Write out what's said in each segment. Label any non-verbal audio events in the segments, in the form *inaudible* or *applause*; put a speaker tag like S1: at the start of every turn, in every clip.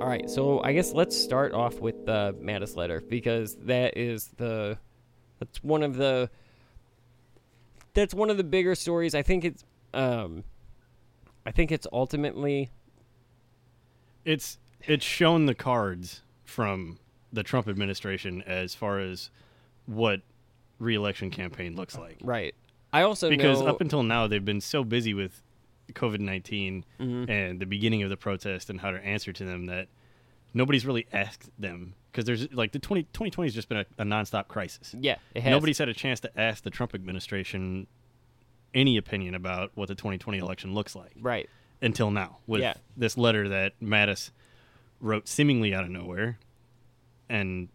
S1: All right, so I guess let's start off with the Mattis letter because that is the that's one of the that's one of the bigger stories. I think it's um I think it's ultimately
S2: It's it's shown the cards from the Trump administration as far as what reelection campaign looks like.
S1: right. I also
S2: Because
S1: know,
S2: up until now they've been so busy with COVID 19
S1: Mhm.
S2: and the beginning of the protest and how to answer to them that nobody's really asked them because there's like the 20, 2020 has just been a, a nonstop crisis.
S1: yeah, it has
S2: Nobody's had a chance to ask the Trump administration any opinion about what the 2020 election looks like
S1: right.
S2: until now with
S1: Yeah.
S2: this letter that Mattis wrote seemingly out of nowhere. And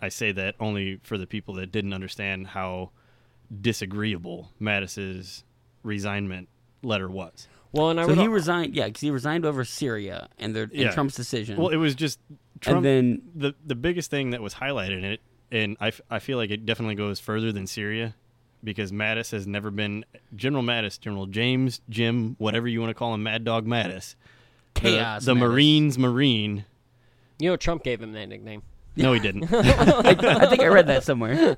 S2: I say that only for the people that didn't understand how disagreeable Mattis's resignment letter was.
S1: Well, and I
S3: So
S1: would
S3: he resigned. Yeah, because he resigned over Syria and, their, and
S2: Yeah.
S3: Trump's decision.
S2: Well, it was just Trump.
S3: and then
S2: the the biggest thing that was highlighted in it, and I, f- I feel like it definitely goes further than Syria, because Mattis has never been General Mattis, General James, Jim, whatever you want to call him, Mad Dog Mattis, the-
S3: chaos.
S2: the,
S3: Mattis.
S2: Marines, Marine.
S1: you know Trump gave him that nickname.
S2: No, he
S3: *laughs*
S2: didn't.
S3: *laughs* I, I think I read
S1: *laughs*
S3: that somewhere.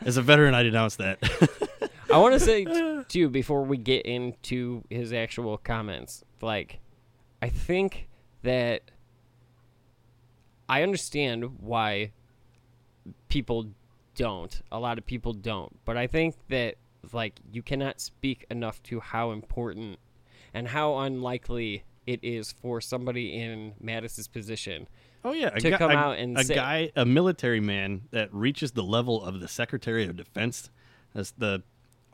S2: As a veteran, I denounce that. *laughs*
S1: I want to say t- too before we get into his actual comments, like I think that I understand why people don't. A lot of people don't, but I think that like you cannot speak enough to how important and how unlikely it is for somebody in Mattis's position.
S2: oh yeah, a
S1: To
S2: guy-
S1: come
S2: a-
S1: out and
S2: a
S1: say-
S2: guy, a military man that reaches the level of the Secretary of Defense, that's the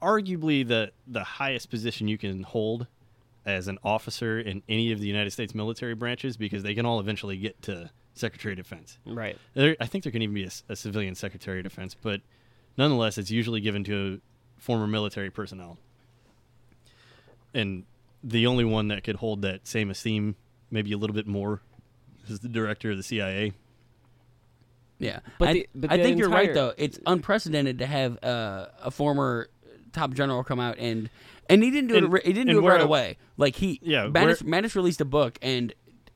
S2: arguably the the highest position you can hold as an officer in any of the United States military branches because they can all eventually get to Secretary of Defense.
S1: Right.
S2: There, I think there can even be a, s- a civilian Secretary of Defense, but nonetheless, it's usually given to former military personnel. And the only one that could hold that same esteem, maybe a little bit more, is the director of the CIA.
S3: Yeah,
S1: But
S3: I,
S1: the- but
S3: I
S1: the
S3: think you're right
S1: entire-
S3: though. It's unprecedented to have uh, a former top general come out and and he didn't do it.
S2: And-
S3: ri- He didn't
S2: and
S3: do it
S2: where
S3: right
S2: I-
S3: away. Like he,
S2: Yeah,
S3: Mattis, Mattis released a book and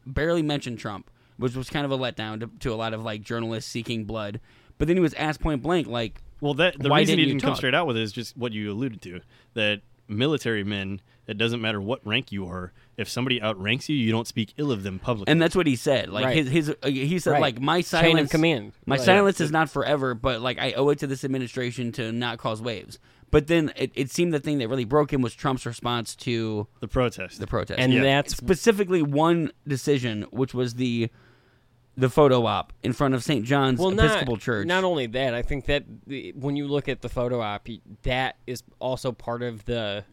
S3: barely mentioned Trump, which was kind of a letdown to, to a lot of like journalists seeking blood. But then he was asked point blank, like,
S2: Well, that the
S3: Why
S2: reason he
S3: didn't you
S2: didn't come
S3: talk?
S2: straight out with it is just what you alluded to that military men. It doesn't matter what rank you are. If somebody outranks you, you don't speak ill of them publicly.
S3: and that's what he said. Like
S1: Right.
S3: his his uh, he said
S1: Right.
S3: like my
S1: Chain of
S3: silence
S1: command.
S3: My
S1: Right.
S3: silence is not forever, but like I owe it to this administration to not cause waves. But then it, it seemed the thing that really broke him was Trump's response to
S2: the protest.
S3: the protest.
S1: And
S2: Yeah.
S1: that's
S3: specifically one decision, which was the the photo op in front of St. John's
S1: well,
S3: Episcopal
S1: not,
S3: Church.
S1: Not only that, I think that the, when you look at the photo op, y- that is also part of the.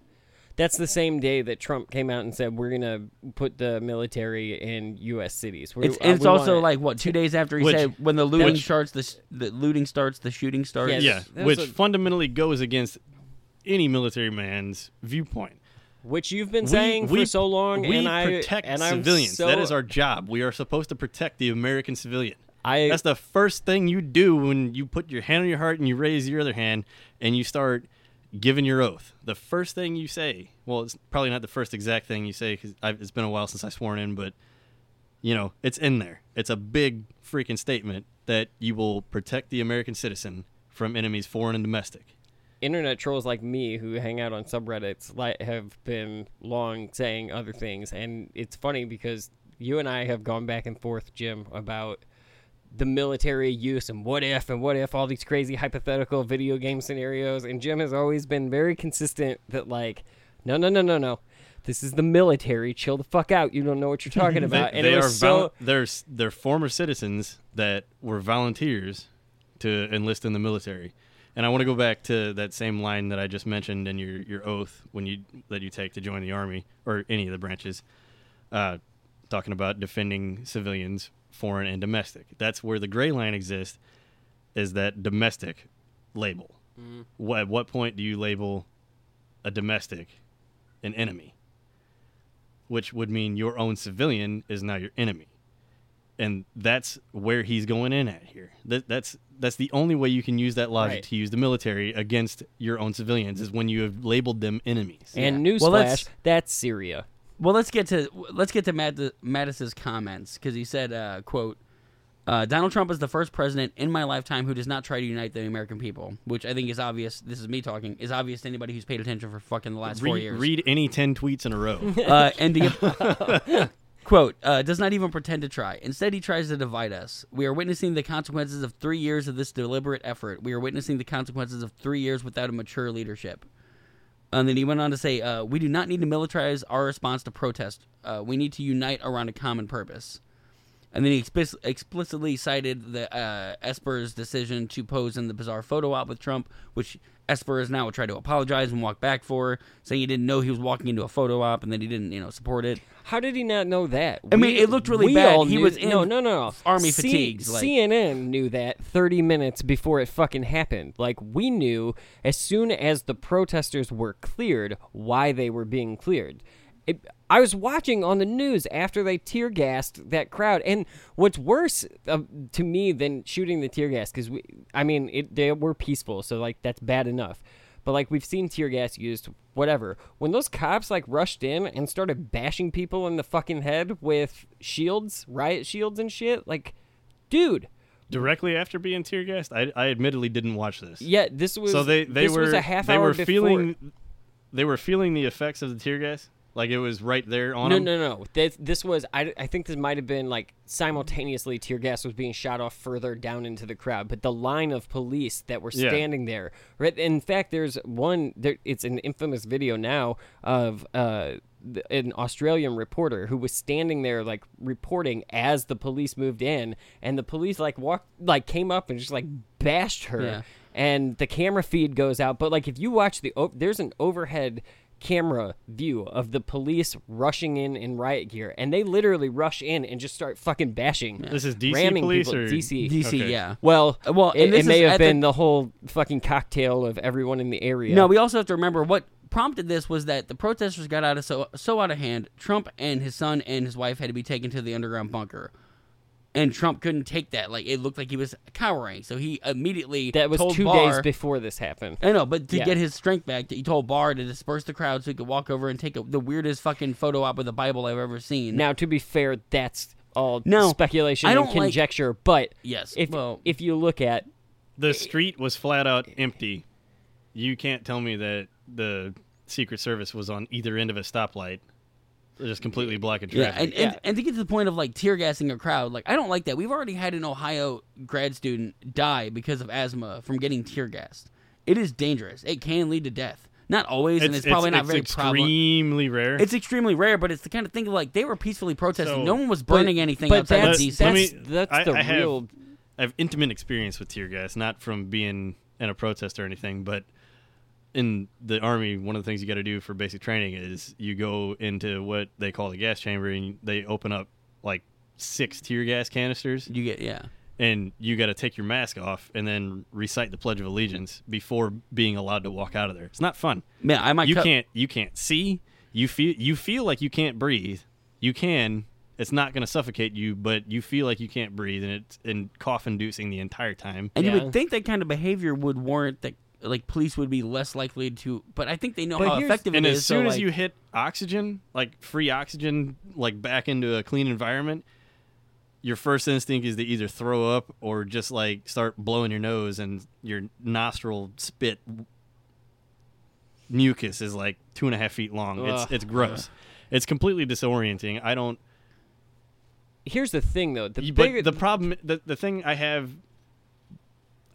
S1: That's the same day that Trump came out and said we're gonna put the military in U.S. cities. We're,
S3: it's, and it's
S1: we
S3: also
S1: wanna-"
S3: like what two days after he
S2: Which-
S3: said when the looting
S2: which-
S3: starts, the, s- the looting starts, the shooting starts.
S1: Yes.
S2: yeah,
S1: There's
S2: which
S1: a-
S2: fundamentally goes against any military man's viewpoint.
S1: which you've been saying for so long,
S2: we
S1: and I
S2: protect
S1: and I'm
S2: civilians.
S1: so-
S2: that is our job. We are supposed to protect the American civilian.
S1: I
S2: That's the first thing you do when you put your hand on your heart and you raise your other hand and you start giving your oath. The first thing you say, well, it's probably not the first exact thing you say because it's been a while since I sworn in, but you know, it's in there. It's a big freaking statement that you will protect the American citizen from enemies, foreign and domestic.
S1: internet trolls like me who hang out on subreddits like, have been long saying other things and it's funny because you and i have gone back and forth jim about the military use and what if and what if all these crazy hypothetical video game scenarios and jim has always been very consistent that like no no no no no this is the military chill the fuck out you don't know what you're
S2: *laughs*
S1: talking about and it was so
S2: vol- they're, s- they're former citizens that were volunteers to enlist in the military. And I want to go back to that same line that I just mentioned in your, your oath when you that you take to join the army or any of the branches, uh, talking about defending civilians, foreign and domestic. That's where the gray line exists, is that domestic label. Wh- at what point do you label a domestic an enemy? which would mean your own civilian is now your enemy. And that's where he's going in at here. That, that's that's the only way you can use that logic
S1: Right.
S2: to use the military against your own civilians is when you have labeled them enemies.
S1: and
S3: Yeah. Well,
S1: newsflash
S3: that's-
S1: that's syria
S3: Well, let's get to let's get to Matt, Mattis's comments because he said, uh, "quote uh, Donald Trump is the first president in my lifetime who does not try to unite the American people," which I think is obvious. This is me talking. Is obvious to anybody who's paid attention for fucking the last four
S2: Read,
S1: *laughs*
S3: years.
S2: read any 10 tweets in a row. *laughs*
S3: *laughs* Uh, and the *laughs* quote uh, does not even pretend to try. Instead, he tries to divide us. We are witnessing the consequences of three years of this deliberate effort. We are witnessing the consequences of three years without a mature leadership. And then he went on to say, uh, "We do not need to militarize our response to protest. Uh, we need to unite around a common purpose." And then he explic- explicitly cited the uh, Esper's decision to pose in the bizarre photo op with Trump, which Esper has now tried to apologize and walk back for, saying he didn't know he was walking into a photo op and then he didn't, you know, support it.
S1: How did he not know that?
S3: I mean, it looked really bad.
S1: all
S3: He
S1: knew-
S3: was in
S1: no, no, no, no.
S3: army fatigues, like-
S1: CNN knew that 30 minutes before it fucking happened. Like we knew as soon as the protesters were cleared why they were being cleared. It, I was watching on the news after they tear gassed that crowd, and what's worse uh, to me than shooting the tear gas because we, I mean, it, they were peaceful, so like that's bad enough. But like we've seen tear gas used, whatever. When those cops like rushed in and started bashing people in the fucking head with shields, riot shields and shit, like, dude,
S2: Directly after being tear gassed, I, I admittedly didn't watch this.
S1: yeah, this was
S2: so they they
S1: this
S2: were
S1: was a half
S2: they
S1: hour
S2: were
S1: before.
S2: feeling they were feeling the effects of the tear gas. Like it was right there on
S1: No,
S2: them.
S1: no, no. This, this was. I, I think this might have been like simultaneously. Tear gas was being shot off further down into the crowd, but the line of police that were
S2: Yeah.
S1: standing there. Right. In fact, there's one. There, it's an infamous video now of uh, th- an Australian reporter who was standing there like reporting as the police moved in, and the police like walked, like came up and just like bashed her
S3: Yeah.
S1: and the camera feed goes out. But like if you watch the o- there's an overhead camera view of the police rushing in in riot gear, and they literally rush in and just start fucking bashing.
S2: This is DC
S1: ramming
S2: police
S1: people.
S2: or-
S1: DC.
S3: DC,
S2: Okay.
S3: yeah.
S1: Well,
S3: Uh, well,
S1: well,
S3: and
S1: it,
S3: this
S1: it may
S3: is
S1: have
S3: at the-
S1: been the... whole fucking cocktail of everyone in the area.
S3: No, we also have to remember what prompted this was that the protesters got out of so so out of hand. Trump and his son and his wife had to be taken to the underground bunker. And Trump couldn't take that. Like it looked like he was cowering, so he immediately
S1: that was
S3: told
S1: two
S3: Barr, Uh,
S1: days before this happened.
S3: I know, but to
S1: Yeah.
S3: get his strength back, he told Barr to disperse the crowd so he could walk over and take a, the weirdest fucking photo op with a Bible I've ever seen.
S1: Now, to be fair, that's all
S3: No,
S1: speculation
S3: I
S1: and
S3: don't like-
S1: conjecture. But
S3: Yes,
S1: if
S3: well-
S1: if you look at
S2: The street was flat out empty. You can't tell me that the Secret Service was on either end of a stoplight, just completely blocking
S3: Yeah,
S2: traffic.
S3: and, and, and to get to the point of like tear gassing a crowd, like I don't like that. We've already had an Ohio grad student die because of asthma from getting tear gassed. It is dangerous. It can lead to death. Not always, and it's probably not very prevalent.
S2: extremely rare.
S3: It's extremely rare, but it's the kind of thing like they were peacefully protesting.
S2: So-
S3: no one was burning anything
S1: but
S3: outside
S1: that's-
S3: of DC.
S2: Let
S1: that's- that's the
S2: have-
S1: real-
S2: I have intimate experience with tear gas, not from being in a protest or anything, but in the army, one of the things you got to do for basic training is you go into what they call the gas chamber, and they open up like six tear gas canisters,
S3: you get yeah.
S2: and you got to take your mask off and then recite the Pledge of Allegiance before being allowed to walk out of there. It's not fun.
S3: Man, I might
S2: you
S3: cut-
S2: can't you can't see you feel you feel like you can't breathe you can it's not going to suffocate you but you feel like you can't breathe and it's and cough inducing the entire time
S3: And you
S1: Yeah.
S3: would think that kind of behavior would warrant that like police would be less likely to. But I think they know
S1: But
S3: how
S1: here's-
S3: effective
S2: and
S3: it
S2: as
S3: is.
S2: soon
S3: so,
S2: as
S3: like-
S2: you hit oxygen like free oxygen like back into a clean environment your first instinct is to either throw up or just like start blowing your nose and your nostril spit mucus is like two and a half feet long
S1: Ugh.
S2: it's it's gross it's completely disorienting i don't
S1: here's the thing though, the
S2: You-
S1: bigger-
S2: but the problem, the, the thing I have,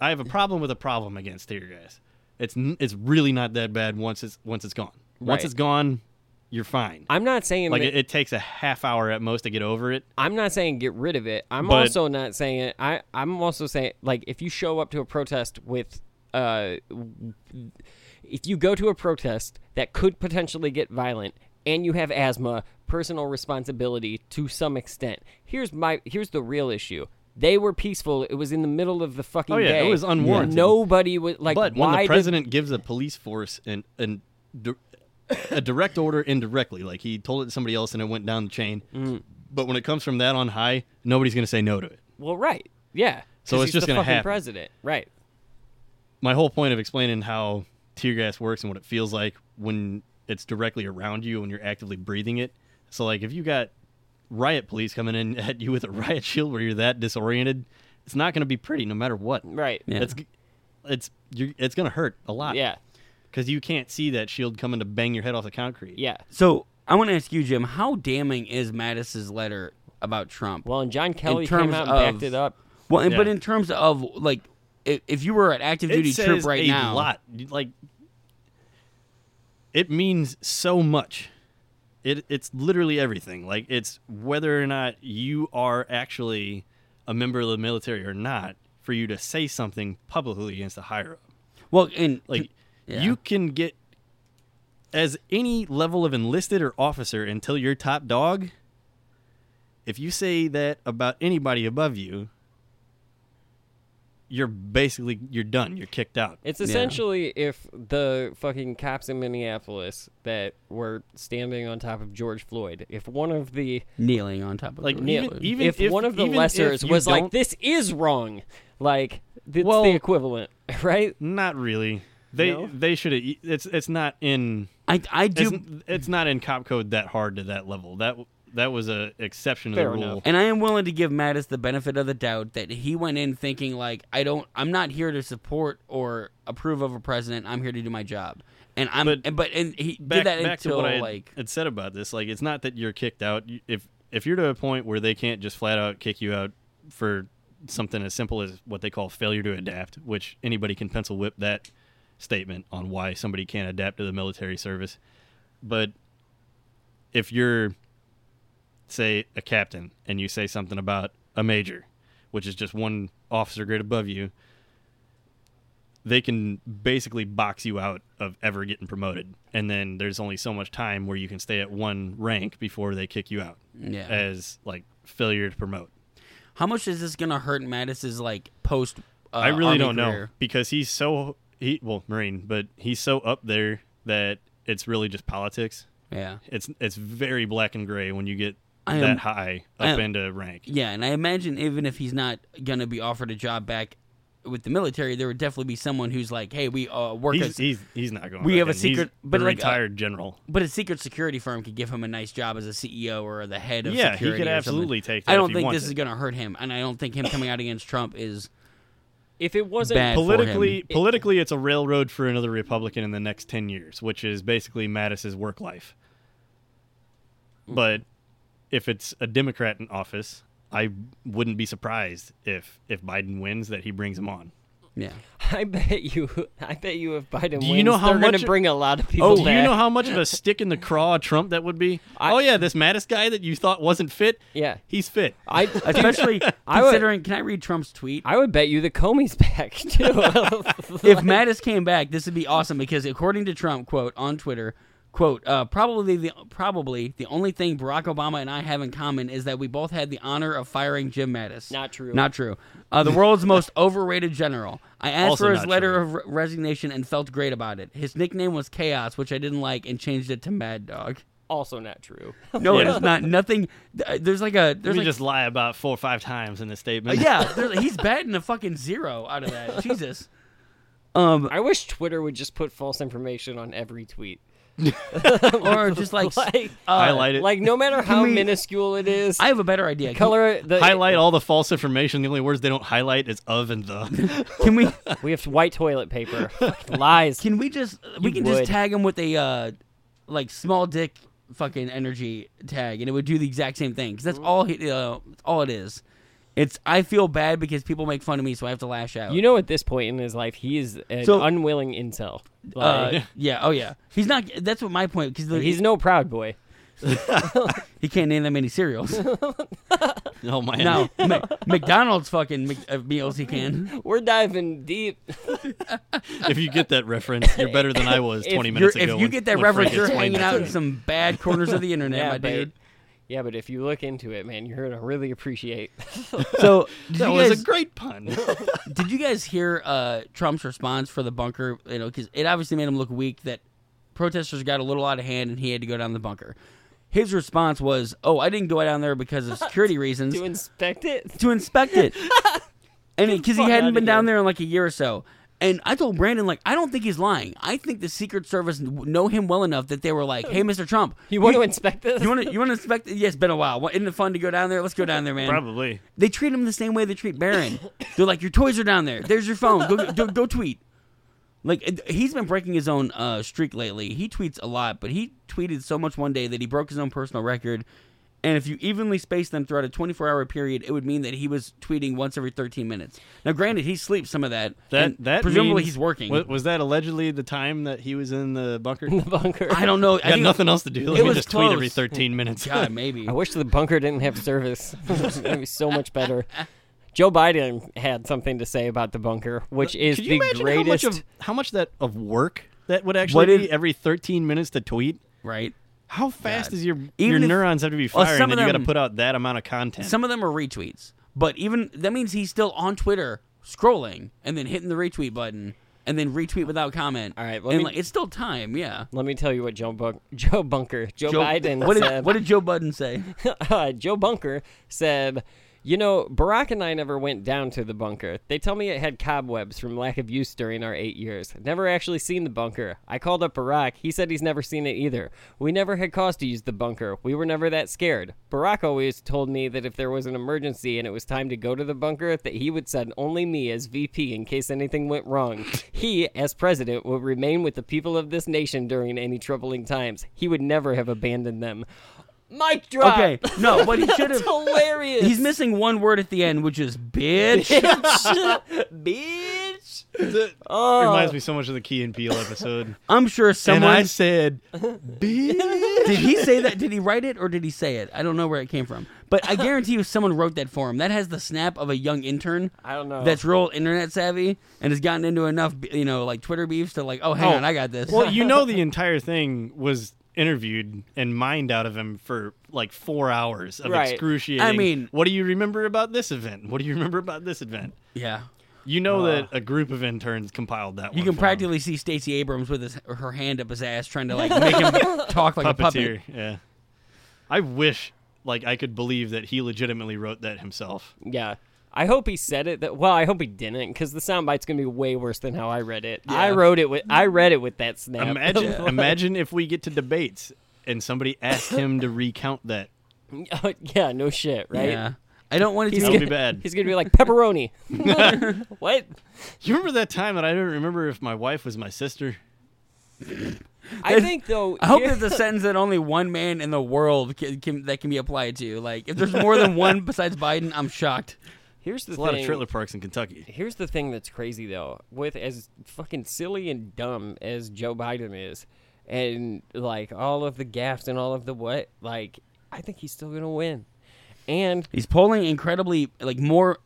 S2: I have a problem with a problem against tear gas. It's n- it's really not that bad once it's once it's gone. Once
S1: Right.
S2: it's gone, you're fine.
S1: I'm not saying
S2: like
S1: that,
S2: it, it takes a half hour at most to get over it.
S1: I'm not saying get rid of it. I'm
S2: But-
S1: also not saying I. I'm also saying like if you show up to a protest with, uh, if you go to a protest that could potentially get violent and you have asthma, personal responsibility to some extent. Here's my here's the real issue. They were peaceful. It was in the middle of the fucking
S2: Oh, yeah, it
S1: day.
S2: was unwarranted.
S1: Nobody was like.
S2: But
S1: why
S2: when the
S1: did-
S2: president gives a police force an an di- a direct order indirectly, like he told it to somebody else and it went down the chain.
S1: Mm.
S2: But when it comes from that on high, nobody's going to say no to it.
S1: well, right. Yeah.
S2: So
S1: 'Cause
S2: it's
S1: he's
S2: just
S1: the
S2: gonna
S1: fucking
S2: happen.
S1: President. Right.
S2: my whole point of explaining how tear gas works and what it feels like when it's directly around you when you're actively breathing it So like if you got riot police coming in *laughs* at you with a riot shield where you're that disoriented, it's not going to be pretty no matter what.
S1: Right.
S3: Yeah.
S2: It's it's you're, it's going to hurt a lot.
S1: Yeah.
S2: Cuz you can't see that shield coming to bang your head off the concrete.
S1: Yeah.
S3: So I want to ask you, Jim, how damning is Mattis's letter about Trump?
S1: Well, and John Kelly
S3: terms
S1: came out and backed
S3: of-
S1: it up.
S3: Well, and, but
S2: Yeah.
S3: in terms of like, i- if you were an active
S2: It
S3: duty troop
S2: says
S3: right
S2: a
S3: now,
S2: lot. You- Like it means so much. It it's literally everything. Like it's whether or not you are actually a member of the military or not for you to say something publicly against a higher up.
S3: well, and
S2: Like
S3: Yeah.
S2: you can get as any level of enlisted or officer until you're top dog. If you say that about anybody above you, you're basically you're done. You're kicked out.
S1: It's essentially if the fucking cops in Minneapolis that were standing on top of George Floyd, if one of the
S3: kneeling on top of
S2: Like,
S3: the
S2: Neil-
S3: road.
S2: even
S1: if,
S2: if-
S1: one of the
S2: even if
S1: lessers
S2: you
S1: was like,
S2: don't-
S1: "This is wrong," like that's
S2: Well-
S1: the equivalent, *laughs* right?
S2: Not really. They
S1: No?
S2: they should have. It's it's not in
S3: I I do,
S2: it's, it's not in cop code that hard to that level. That that was a exception to
S1: Fair
S2: the rule.
S1: enough.
S3: and I am willing to give Mattis the benefit of the doubt that he went in thinking like I don't, I'm not here to support or approve of a president. I'm here to do my job, and I'm
S2: But-
S3: and, but and he
S2: back,
S3: did that
S2: back
S3: until
S2: to what I had-
S3: like
S2: had said about this. Like, it's not that you're kicked out. You- If if you're to a point where they can't just flat out kick you out for something as simple as what they call failure to adapt, which anybody can pencil whip that statement on why somebody can't adapt to the military service. But if you're say a captain and you say something about a major, which is just one officer grade above you, they can basically box you out of ever getting promoted. And then there's only so much time where you can stay at one rank before they kick you out
S3: yeah.
S2: as like failure to promote.
S3: How much is this gonna hurt Mattis's like post? Uh,
S2: I really
S3: Army
S2: don't know
S3: career?
S2: because he's so he well marine, but he's so up there that it's really just politics.
S3: Yeah.
S2: It's it's very black and gray when you get
S3: I am-
S2: that high
S3: I
S2: up
S3: am-
S2: into rank.
S3: Yeah, and I imagine even if he's not gonna be offered a job back with the military, there would definitely be someone who's like, "Hey, we uh, work
S2: He's,
S3: as."
S2: he's he's not going.
S3: We
S2: back
S3: have a
S2: in. He's
S3: secret- but
S2: a
S3: like, uh,
S2: retired general.
S3: but a secret security firm could give him a nice job as a CEO or the head of
S2: Yeah, he
S3: security.
S2: could
S3: or something.
S2: absolutely take that
S3: I
S2: if
S3: don't
S2: he
S3: think
S2: wants
S3: this is
S2: it.
S3: going to hurt him, and I don't think him coming out against Trump is.
S1: If it wasn't
S3: Bad. for him.
S2: politically politically it's a railroad for another republican in the next 10 years which is basically mattis's work life
S3: Mm.
S2: but if it's a democrat in office i wouldn't be surprised if if biden wins that he brings him on
S3: Yeah.
S1: *laughs* I bet you, I bet you, if Biden
S2: Do
S1: wins,
S2: you know how
S1: they're going
S2: much-
S1: to bring a lot of people
S2: Oh, do
S1: back.
S2: you know how much of a stick in the craw Trump that would be? oh yeah, this Mattis guy that you thought wasn't fit,
S1: yeah,
S2: he's fit.
S1: *laughs*
S2: *laughs*
S1: I,
S3: Especially
S1: I would-
S3: considering, can I read Trump's tweet?
S1: *laughs* I would bet you the Comey's back *laughs* too. *laughs*
S3: if Mattis came back, this would be awesome because according to Trump, quote on Twitter, quote, uh, probably the probably the only thing Barack Obama and I have in common is that we both had the honor of firing Jim Mattis.
S1: Not true.
S3: Not true. Uh, the world's most *laughs* overrated general. I asked
S2: Also
S3: for his
S2: not
S3: letter
S2: true.
S3: of re- resignation and felt great about it. His nickname was Chaos, which I didn't like, and changed it to Mad Dog.
S1: also not
S2: *laughs*
S1: true.
S3: No,
S2: Yeah.
S3: it is not. Nothing. th- There's like a.
S2: Let
S3: There's
S2: me
S3: like,
S2: just lie about four or five times in the
S3: uh,
S2: statement.
S3: yeah. There's, he's batting a fucking zero out of that. Jesus. Um,
S1: I wish Twitter would just put false information on every
S2: *laughs*
S1: tweet.
S3: or just like, s-
S1: Like-
S2: *laughs*
S3: uh,
S2: highlight it.
S1: Like no matter how
S3: we-
S1: minuscule it is,
S3: I have a better idea. Can-
S1: color it-
S3: uh,
S1: the
S2: Highlight all the false information. The only words they don't highlight is of and the. *laughs*
S3: Can we?
S1: We have white toilet paper. Lies.
S3: Can we just? We
S1: You
S3: can
S1: would.
S3: just tag him with a uh, like small dick fucking energy tag, and it would do the exact same thing. Because that's all he, uh, that's all it is. It's I feel bad because people make fun of me, so I have to lash out.
S1: you know, at this point in his life, he is an
S3: So-
S1: unwilling incel.
S3: Uh,
S1: Like,
S3: *laughs* yeah. Oh, yeah. He's not. That's what my point. Because
S1: he's
S3: he's
S1: no proud boy.
S3: he can't name that many cereals. *laughs*
S2: oh man.
S3: no, Mc- McDonald's fucking Mc- uh, meals he can.
S1: We're diving deep.
S2: if you get that reference, you're better than I was
S1: If
S2: 20
S1: you're-
S2: minutes
S3: *laughs* If
S2: ago.
S3: you
S2: when-
S3: get that
S2: when
S3: reference,
S2: Frank
S3: you're
S2: explained that
S3: hanging out
S2: to
S3: in
S2: me.
S3: some bad corners of the internet,
S1: yeah,
S3: my
S1: but, *laughs*
S3: dude.
S1: yeah, but if you look into it, man, you're gonna really appreciate.
S3: So did
S2: That
S3: you
S2: was
S3: guys-
S2: a great
S3: *laughs*
S2: pun.
S3: Did you guys hear uh, Trump's response for the bunker? You know, because it obviously made him look weak. That protesters got a little out of hand, and he had to go down the bunker. His response was, "Oh, I didn't go down there because of security reasons
S1: *laughs* to inspect it, *laughs*
S3: to inspect it, and because he
S1: fuck
S3: hadn't
S1: outta
S3: been down
S1: here.
S3: there in like a year or so." And I told Brandon, like, I don't think he's lying. I think the Secret Service kn- know him well enough that they were like, "Hey, Mr.
S1: *laughs*
S3: Trump,
S1: You want to inspect this?
S3: you want to you want to inspect? Yeah, it's been a while. What- Isn't it fun to go down there? Let's go down there, man.
S2: Probably.
S3: They treat him the same way they treat Baron. They're like, your toys are down there. There's your phone. Go, go, go tweet. Like it- he's been breaking his own uh, streak lately. He tweets a lot, but he tweeted so much one day that he broke his own personal record. And if you evenly space them throughout a 24-hour period, it would mean that he was tweeting once every 13 minutes. Now, granted, he sleeps some of that.
S2: That
S3: and
S2: that
S3: presumably
S2: means-
S3: he's working.
S2: wa- Was, that allegedly the time that he was in the bunker?
S1: in *laughs* the bunker?
S3: *laughs* I don't know. I
S2: I got
S3: think-
S2: nothing else to do. Let
S3: it
S2: me
S3: was
S2: just tweet every
S3: close.
S2: 13 minutes.
S3: God, maybe.
S1: I wish the bunker didn't have service. *laughs* it's gonna be so much better. Joe Biden had something to say about the bunker, which is
S2: *laughs* Uh, Could you
S1: the
S2: imagine
S1: greatest.
S2: how much of how much that of work that would actually
S3: What did-
S2: be every 13 minutes to tweet?
S3: Right.
S2: How fast
S3: God.
S2: does your your
S3: Even if-
S2: neurons have to be
S3: Well,
S2: firing?
S3: some
S2: that
S3: of
S2: you got
S3: them-
S2: to put out that amount of content.
S3: Some of them are retweets, but even that means he's still on Twitter scrolling and then hitting the retweet button and then retweet without comment.
S1: All right, let
S3: and
S1: me-
S3: like, it's still time. Yeah.
S1: Let me tell you what Joe, Bun- *laughs* Joe Bunker, Joe, Biden
S3: What
S1: said.
S3: did, what did Joe Budden *laughs* say?
S1: *laughs* uh, Joe Bunker said, "You know, Barack and I never went down to the bunker. They tell me it had cobwebs from lack of use during our eight years. Never actually seen the bunker. I called up Barack. He said he's never seen it either. We never had cause to use the bunker. We were never that scared. Barack always told me that if there was an emergency and it was time to go to the bunker, that he would send only me as VP in case anything went wrong. He, as president, would remain with the people of this nation during any troubling times. He would never have abandoned them." Mic drop.
S3: Okay.
S1: *laughs*
S3: No, but he should have. *laughs*
S1: That's hilarious.
S3: He's
S1: *laughs*
S3: missing one word at the end, which is bitch.
S1: bitch.
S2: It reminds me so much of the Key and Peele
S3: *laughs*
S2: episode.
S3: I'm sure
S2: and I
S3: someone.
S2: said,
S3: *laughs*
S2: "Bitch."
S3: Did he say that? Did he write it or did he say it? I don't know where it came from. But I guarantee you someone wrote that for him. That has the snap of a young intern.
S1: I don't know.
S3: That's real internet savvy and has gotten into enough, you know, like Twitter beefs to like, oh, hang
S2: Oh.
S3: on, I got this.
S2: Well, you
S3: *laughs*
S2: know the entire thing was interviewed and mined out of him for like four hours of
S1: Right.
S2: excruciating.
S3: I mean-
S2: what do you remember about this event? What do you remember about this event?
S3: yeah.
S2: You know that a group of interns compiled that. one
S3: You can
S2: for him.
S3: practically see Stacey Abrams with his, her hand up his ass, trying to like make him talk like a
S2: puppeteer.
S3: puppet.
S2: Yeah, I wish like I could believe that he legitimately wrote that himself.
S1: yeah. I hope he said it that well. I hope he didn't, because the soundbite's gonna be way worse than how I read it. I
S3: Yeah.
S1: wrote it with I read it with that snap. *laughs*
S2: Imagine, imagine if we get to debates and somebody asked him to recount that.
S1: Oh, yeah, no shit, right?
S3: Yeah, I don't want it
S1: He's
S3: to
S2: That would
S3: be.
S2: be bad.
S1: He's gonna be like pepperoni. *laughs* what?
S2: You remember that time that I don't remember if my wife was my sister?
S1: I think though.
S3: I hope
S1: here-
S3: that's a sentence that only one man in the world can, can, that can be applied to. Like, if there's more than one besides Biden, I'm shocked.
S1: *laughs* here's the
S2: There's a lot
S1: thing.
S2: of trailer parks in Kentucky.
S1: Here's the thing that's crazy though, with as fucking silly and dumb as Joe Biden is, and like all of the gaffes and all of the what, like I think he's still gonna win. And
S3: He's polling incredibly, like more,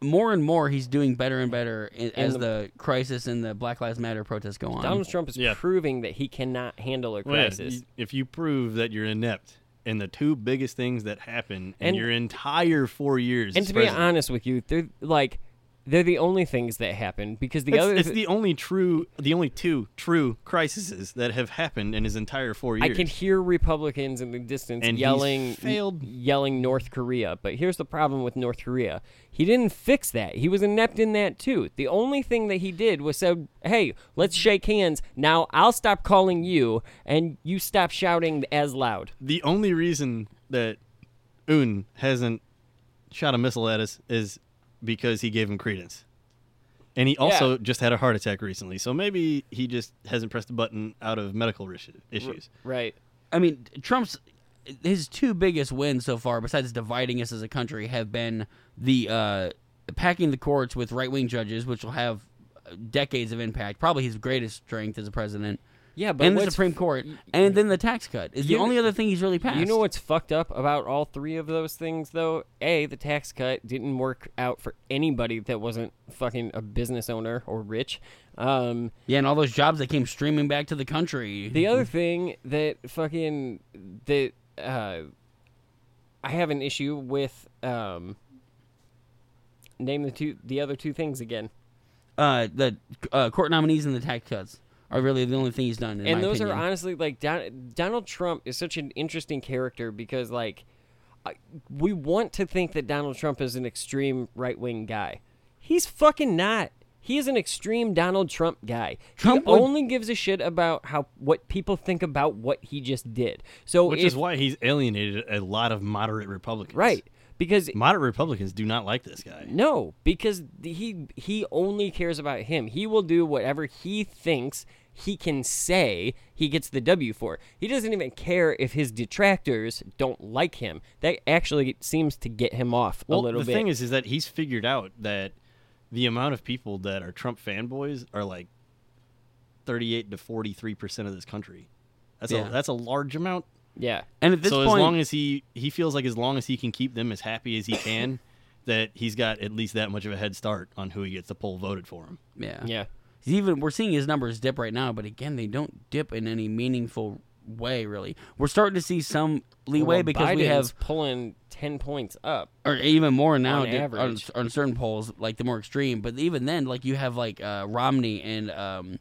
S3: more and more. He's doing better and better i- as
S1: the-
S3: the, crisis and the Black Lives Matter protests go on.
S1: Donald Trump is
S2: Mm, Yeah.
S1: proving that he cannot handle a
S2: Well, yeah,
S1: crisis.
S2: y- if you prove that you're inept in the two biggest things that happen in
S1: And-
S2: your entire four years,
S1: and
S2: as
S1: to be
S2: president,
S1: honest with you, they're like they're the only things that happen because the
S2: it's,
S1: other
S2: it's the only true, the only two true crises that have happened in his entire four
S1: I
S2: years.
S1: can hear Republicans in the distance
S2: And he's
S1: yelling
S2: failed.
S1: yelling North Korea. But here's the problem with North Korea. He didn't fix that. He was inept in that too. The only thing that he did was said, "Hey, let's shake hands. Now I'll stop calling you and you stop shouting as loud."
S2: the only reason that Un hasn't shot a missile at us is because he gave him credence. And he also
S1: Yeah.
S2: just had a heart attack recently, so maybe he just hasn't pressed the button out of medical ris- issues.
S1: Right.
S3: I mean, Trump's his two biggest wins so far, besides dividing us as a country, have been the uh, packing the courts with right wing judges, which will have uh, decades of impact. Probably his greatest strength as a president.
S1: Yeah, but
S3: and the
S1: what's-
S3: Supreme Court, and then the tax cut is
S1: You-
S3: the only other thing he's really passed.
S1: You know what's fucked up about all three of those things, though? A, the tax cut didn't work out for anybody that wasn't fucking a business owner or rich. Um,
S3: Yeah, and all those jobs that came streaming back to the country.
S1: the other thing that fucking that uh, I have an issue with. Um, name the two the other two things again.
S3: uh, the uh, court nominees and the tax cuts are really the only thing he's done. In
S1: and
S3: my
S1: those
S3: opinion.
S1: are honestly like Don- Donald Trump is such an interesting character because like I, we want to think that Donald Trump is an extreme right wing guy. He's fucking not. He is an extreme Donald Trump guy.
S3: Trump
S1: he
S3: would-
S1: only gives a shit about how what people think about what he just did. So
S2: Which
S1: if-
S2: is why he's alienated a lot of moderate Republicans.
S1: right because
S2: Moderate Republicans do not like this guy.
S1: No, because he he only cares about him. He will do whatever he thinks he can say he gets the W for. He doesn't even care if his detractors don't like him. That actually seems to get him off
S2: Well,
S1: a little
S2: the
S1: bit.
S2: thing is, is that he's figured out that the amount of people that are Trump fanboys are like 38 to 43 percent of this country. That's
S3: Yeah.
S2: a that's a large amount.
S1: yeah.
S3: And at this
S2: so
S3: point,
S2: as long as he he feels like as long as he can keep them as happy as he can, *laughs* that he's got at least that much of a head start on who he gets the poll voted for him.
S3: yeah,
S1: Yeah.
S3: He's even we're seeing his numbers dip right now, but again, they don't dip in any meaningful way. Really, we're starting to see some leeway
S1: Well,
S3: because
S1: Biden's
S3: we have,
S1: pulling 10 points up.
S3: or even more now
S1: on
S3: di- on,
S1: average.
S3: on certain polls, like the more extreme. But even then, like you have like uh, Romney and um,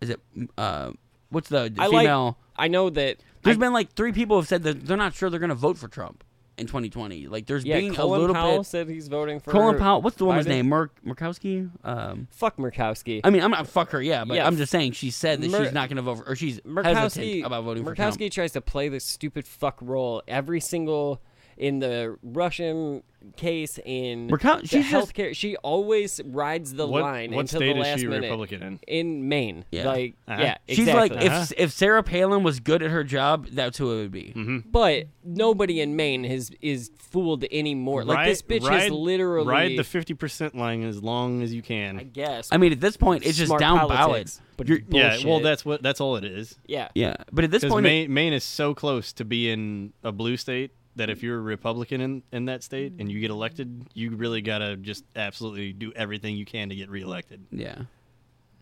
S3: is it uh, what's the
S1: I like
S3: female?
S1: I know that
S3: There's
S1: I-
S3: been like three people have said that they're not sure they're going to vote for Trump in 2020. Like there's
S1: yeah,
S3: being
S1: Colin
S3: a little
S1: Powell
S3: bit.
S1: said he's voting for
S3: Colin Powell, what's the woman's
S1: Biden.
S3: name? Murk Murkowski. Um,
S1: Fuck Murkowski.
S3: I mean, I'm not fuck her, yeah, but
S1: Yeah.
S3: I'm just saying she said that
S1: Mur-
S3: she's not going to vote for, or she's
S1: Murkowski
S3: hesitant about voting for
S1: Murkowski
S3: Trump.
S1: tries to play this stupid fuck role every single in the Russian case in
S3: Murkow-
S1: the
S3: she's just-
S1: healthcare. she always rides the
S2: What-
S1: line
S2: what
S1: until
S2: state
S1: the
S2: is
S1: last
S2: she a
S1: minute.
S2: Republican in?
S1: In Maine,
S3: Yeah.
S1: like
S2: Uh-huh.
S1: yeah,
S3: She's
S1: exactly.
S3: like, if if Sarah Palin was good at her job, that's who it would be.
S1: Hmm. but nobody in Maine has is fooled anymore. Like this bitch
S2: ride,
S1: is literally
S2: ride the 50 percent line as long as you can.
S1: I guess.
S3: I mean, at this point, it's just
S1: Smart
S3: down
S1: politics,
S3: ballot.
S1: but
S3: You're-
S2: yeah, well,
S1: bullshit.
S2: that's what that's all it is.
S1: yeah,
S3: yeah, but at this
S2: Because
S3: point,
S2: Maine, Maine is so close to being a blue state that if you're a Republican in, in that state and you get elected, you really gotta just absolutely do everything you can to get reelected.
S3: yeah,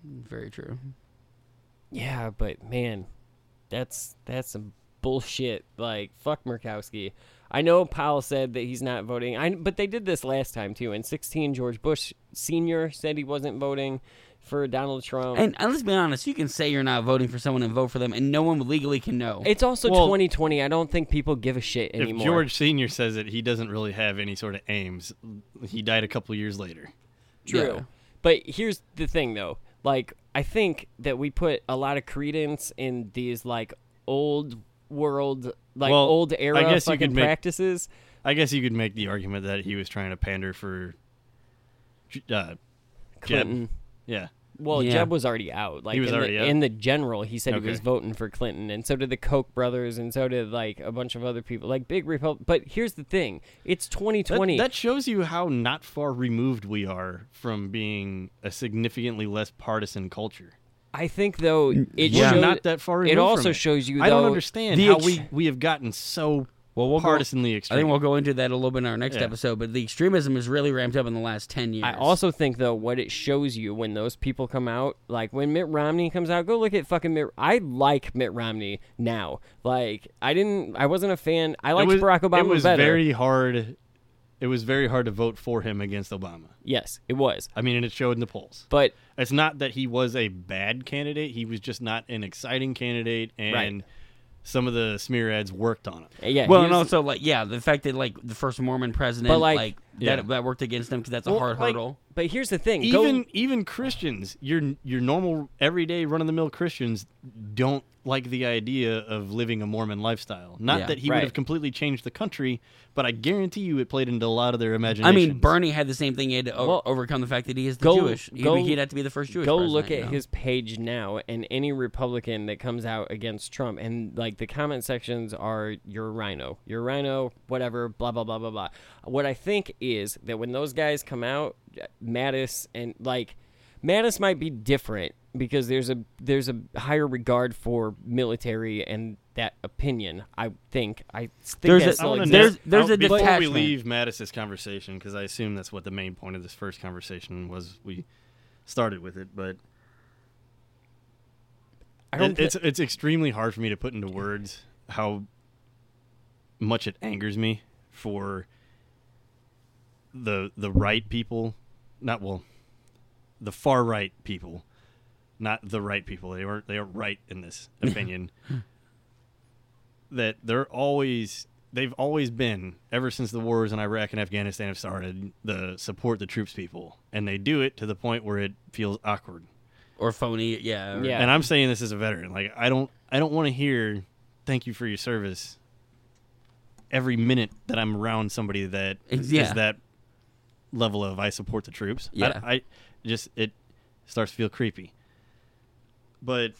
S3: very true.
S1: Yeah, but man, that's that's some bullshit. Like fuck Murkowski. I know Powell said that he's not voting. I but they did this last time too. In 16, George Bush senior said he wasn't voting for Donald Trump.
S3: And, and let's be honest, you can say you're not voting for someone and vote for them, and no one legally can know.
S1: it's also
S2: Well-
S1: 2020. I don't think people give a shit anymore.
S2: If George Senior says it, he doesn't really have any sort of aims. He died a couple years later.
S1: True.
S3: Yeah.
S1: But here's the thing though. Like I think that we put a lot of credence in these like old world like
S2: Well,
S1: old
S2: I
S1: era
S2: guess you
S1: fucking
S2: could make-
S1: practices.
S2: I guess you could make the argument that he was trying to pander for. Uh, Jeb.
S1: Clinton.
S2: yeah,
S1: Well,
S3: Yeah.
S1: Jeb was already out. Like
S2: was
S1: in,
S2: already
S1: the,
S2: out?
S1: in the general, he said he
S2: Okay.
S1: was voting for Clinton, and so did the Koch brothers, and so did like a bunch of other people, like big Republic. But here's the thing: it's
S2: that,
S1: 2020.
S2: that shows you how not far removed we are from being a significantly less partisan culture.
S1: I think though it
S2: We're
S1: showed,
S2: not that far removed
S1: It also
S2: from
S1: shows you.
S2: I don't
S1: though,
S2: understand
S3: the
S2: how
S3: ex-
S2: we we have gotten so
S3: Well, we'll go-
S2: partisanly
S3: I
S2: extreme.
S3: think we'll go into that a little bit in our next
S2: Yeah.
S3: episode, but the extremism is really ramped up in the last ten years.
S1: I also think though what it shows you when those people come out, like when Mitt Romney comes out, go look at fucking Mitt. I like Mitt Romney now. Like I didn't, I wasn't a fan. I liked
S2: was,
S1: Barack Obama
S2: It was
S1: better.
S2: very hard. It was very hard to vote for him against Obama.
S1: yes, it was.
S2: I mean, and it showed in the polls.
S1: But
S2: It's not that he was a bad candidate; he was just not an exciting candidate, and
S1: Right.
S2: some of the smear ads worked on him.
S1: yeah,
S3: well,
S1: he
S3: and
S1: was-
S3: also like yeah, the fact that like the first Mormon president,
S1: But, like-
S3: like,
S2: Yeah.
S3: that that worked against him because that's a
S2: Well,
S3: hard
S2: like,
S3: hurdle.
S1: But here's the thing: go-
S2: Even even Christians, your your normal everyday run of the mill Christians, don't like the idea of living a Mormon lifestyle. Not
S3: Yeah.
S2: that he
S1: Right.
S2: would have completely changed the country, but I guarantee you, it played into a lot of their
S3: I
S2: imagination.
S3: mean, Bernie had the same thing. He had to o-
S1: Well,
S3: overcome the fact that he is the
S1: go-
S3: Jewish. He,
S1: go-
S3: he'd have to be the first Jewish.
S1: go
S3: president,
S1: look at
S3: you know?
S1: his page now and any republican that comes out against trump and like the comment sections are you're a rhino you're a rhino whatever blah blah blah blah blah what i think is that when those guys come out uh, mattis and like mattis might be different because there's a there's a higher regard for military and that opinion i think i think
S3: There's
S1: that
S3: a-
S2: I
S1: still
S2: wanna
S1: exists.
S2: know-
S3: There's- there's
S2: I-
S3: a
S2: before we
S3: detachment.
S2: leave Mattis's conversation because I assume that's what the main point of this first conversation was. We started with it, but
S1: I don't
S2: it-
S1: thi-
S2: it's it's extremely hard for me to put into words how much it angers me for the the right people, not well, the far right people, not the right people. They
S1: *laughs*
S2: weren't they are right in this opinion. that they're always they've always been ever since the wars in Iraq and Afghanistan have started the support the troops people, and they do it to the point where it feels awkward.
S3: or phony. Yeah. or-
S1: Yeah.
S2: And I'm saying this as a veteran, like I don't I don't want to hear thank you for your service every minute that I'm around somebody that
S3: Ex-
S2: is
S3: yeah.
S2: that level of I support the troops. I-
S3: Yeah.
S2: I, just it starts to feel creepy. But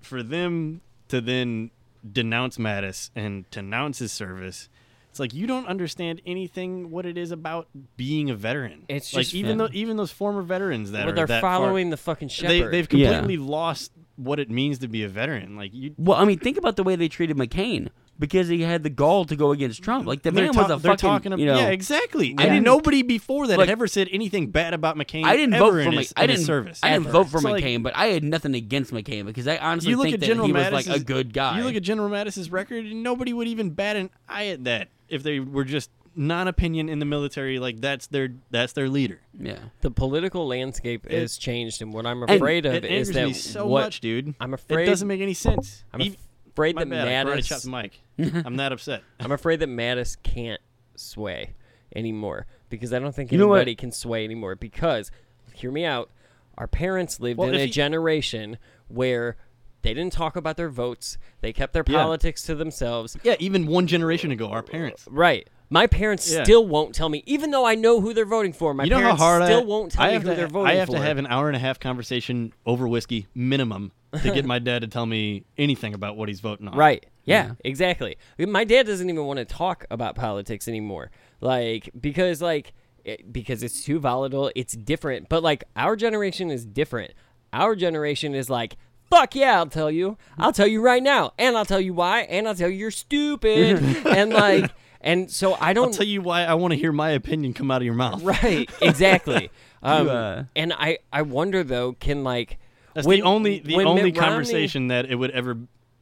S2: for them to then denounce Mattis and denounce his service, it's like you don't understand anything what it is about being a veteran.
S1: It's
S2: like
S1: just-
S2: even
S1: yeah.
S2: though even those former veterans that
S1: Well,
S2: are
S1: they're
S2: that far-
S1: following the fucking
S2: they,
S1: shepherd.
S2: they've
S3: Yeah.
S2: completely lost what it means to be a veteran. Like you,
S3: Well, I mean, think about the way they treated McCain because he had the gall to go against Trump. Like the
S2: they're,
S3: man
S2: ta-
S3: was a
S2: they're
S3: fucking.
S2: talking. ab-
S3: you know,
S2: yeah, exactly.
S3: Yeah.
S2: I mean, nobody before that
S3: Like-
S2: had ever said anything bad about McCain.
S3: I didn't
S2: ever
S3: vote for
S2: in
S3: McCain.
S2: his,
S3: I
S2: in
S3: didn't
S2: his service.
S3: I didn't vote for
S2: So, like,
S3: McCain, but I had nothing against McCain because I honestly
S2: you look
S3: think
S2: at
S3: that
S2: General
S3: he
S2: Mattis.
S3: was like a good guy.
S2: You look at General Mattis's record, and nobody would even bat an eye at that if they were just non-opinion in the military. Like that's their that's their leader.
S3: yeah.
S1: the political landscape has changed, and what I'm
S3: And
S1: afraid of
S2: it
S1: is
S2: angers
S1: that
S2: me so
S1: what
S2: much, dude.
S1: I'm afraid-
S2: it doesn't make any sense.
S1: I'm
S2: Even-
S1: afraid
S2: my
S1: that
S2: bad. I karate chopped
S1: Mattis.
S2: the mic.
S3: *laughs*
S2: I'm not upset.
S1: I'm afraid that Mattis can't sway anymore because I don't think
S3: know what?
S1: anybody can sway anymore. Because, hear me out, our parents lived
S2: Well,
S1: in
S2: if
S1: a
S2: you-
S1: generation where they didn't talk about their votes, they kept their
S2: Yeah.
S1: politics to themselves.
S2: Yeah, even one generation ago, our parents.
S1: Right. My parents
S2: Yeah.
S1: still won't tell me, even though I know who they're voting for. My
S2: you know how
S1: parents
S2: hard
S1: still
S2: I,
S1: won't tell
S2: I
S1: me
S2: have
S1: who
S2: to,
S1: they're voting
S2: I have
S1: for.
S2: to have an hour and a half conversation over whiskey minimum to
S1: *laughs*
S2: get my dad to tell me anything about what he's voting on.
S1: Right. Yeah, exactly. My dad doesn't even want to talk about politics anymore. Like because like it, because it's too volatile, it's different. But like our generation is different. Our generation is like Fuck yeah, I'll tell you. I'll tell you right now. And I'll tell you why. And I'll tell you you're
S2: *laughs*
S1: stupid. and like, and so I don't.
S2: I'll tell you why I want to hear my opinion come out of your
S1: *laughs*
S2: mouth.
S1: right.
S2: *laughs*
S1: Exactly. Um,
S3: uh,
S1: And I, I wonder though, can like.
S2: That's
S1: when-
S2: the only the
S1: when
S2: only
S1: Mitt Romney-
S2: conversation that it would ever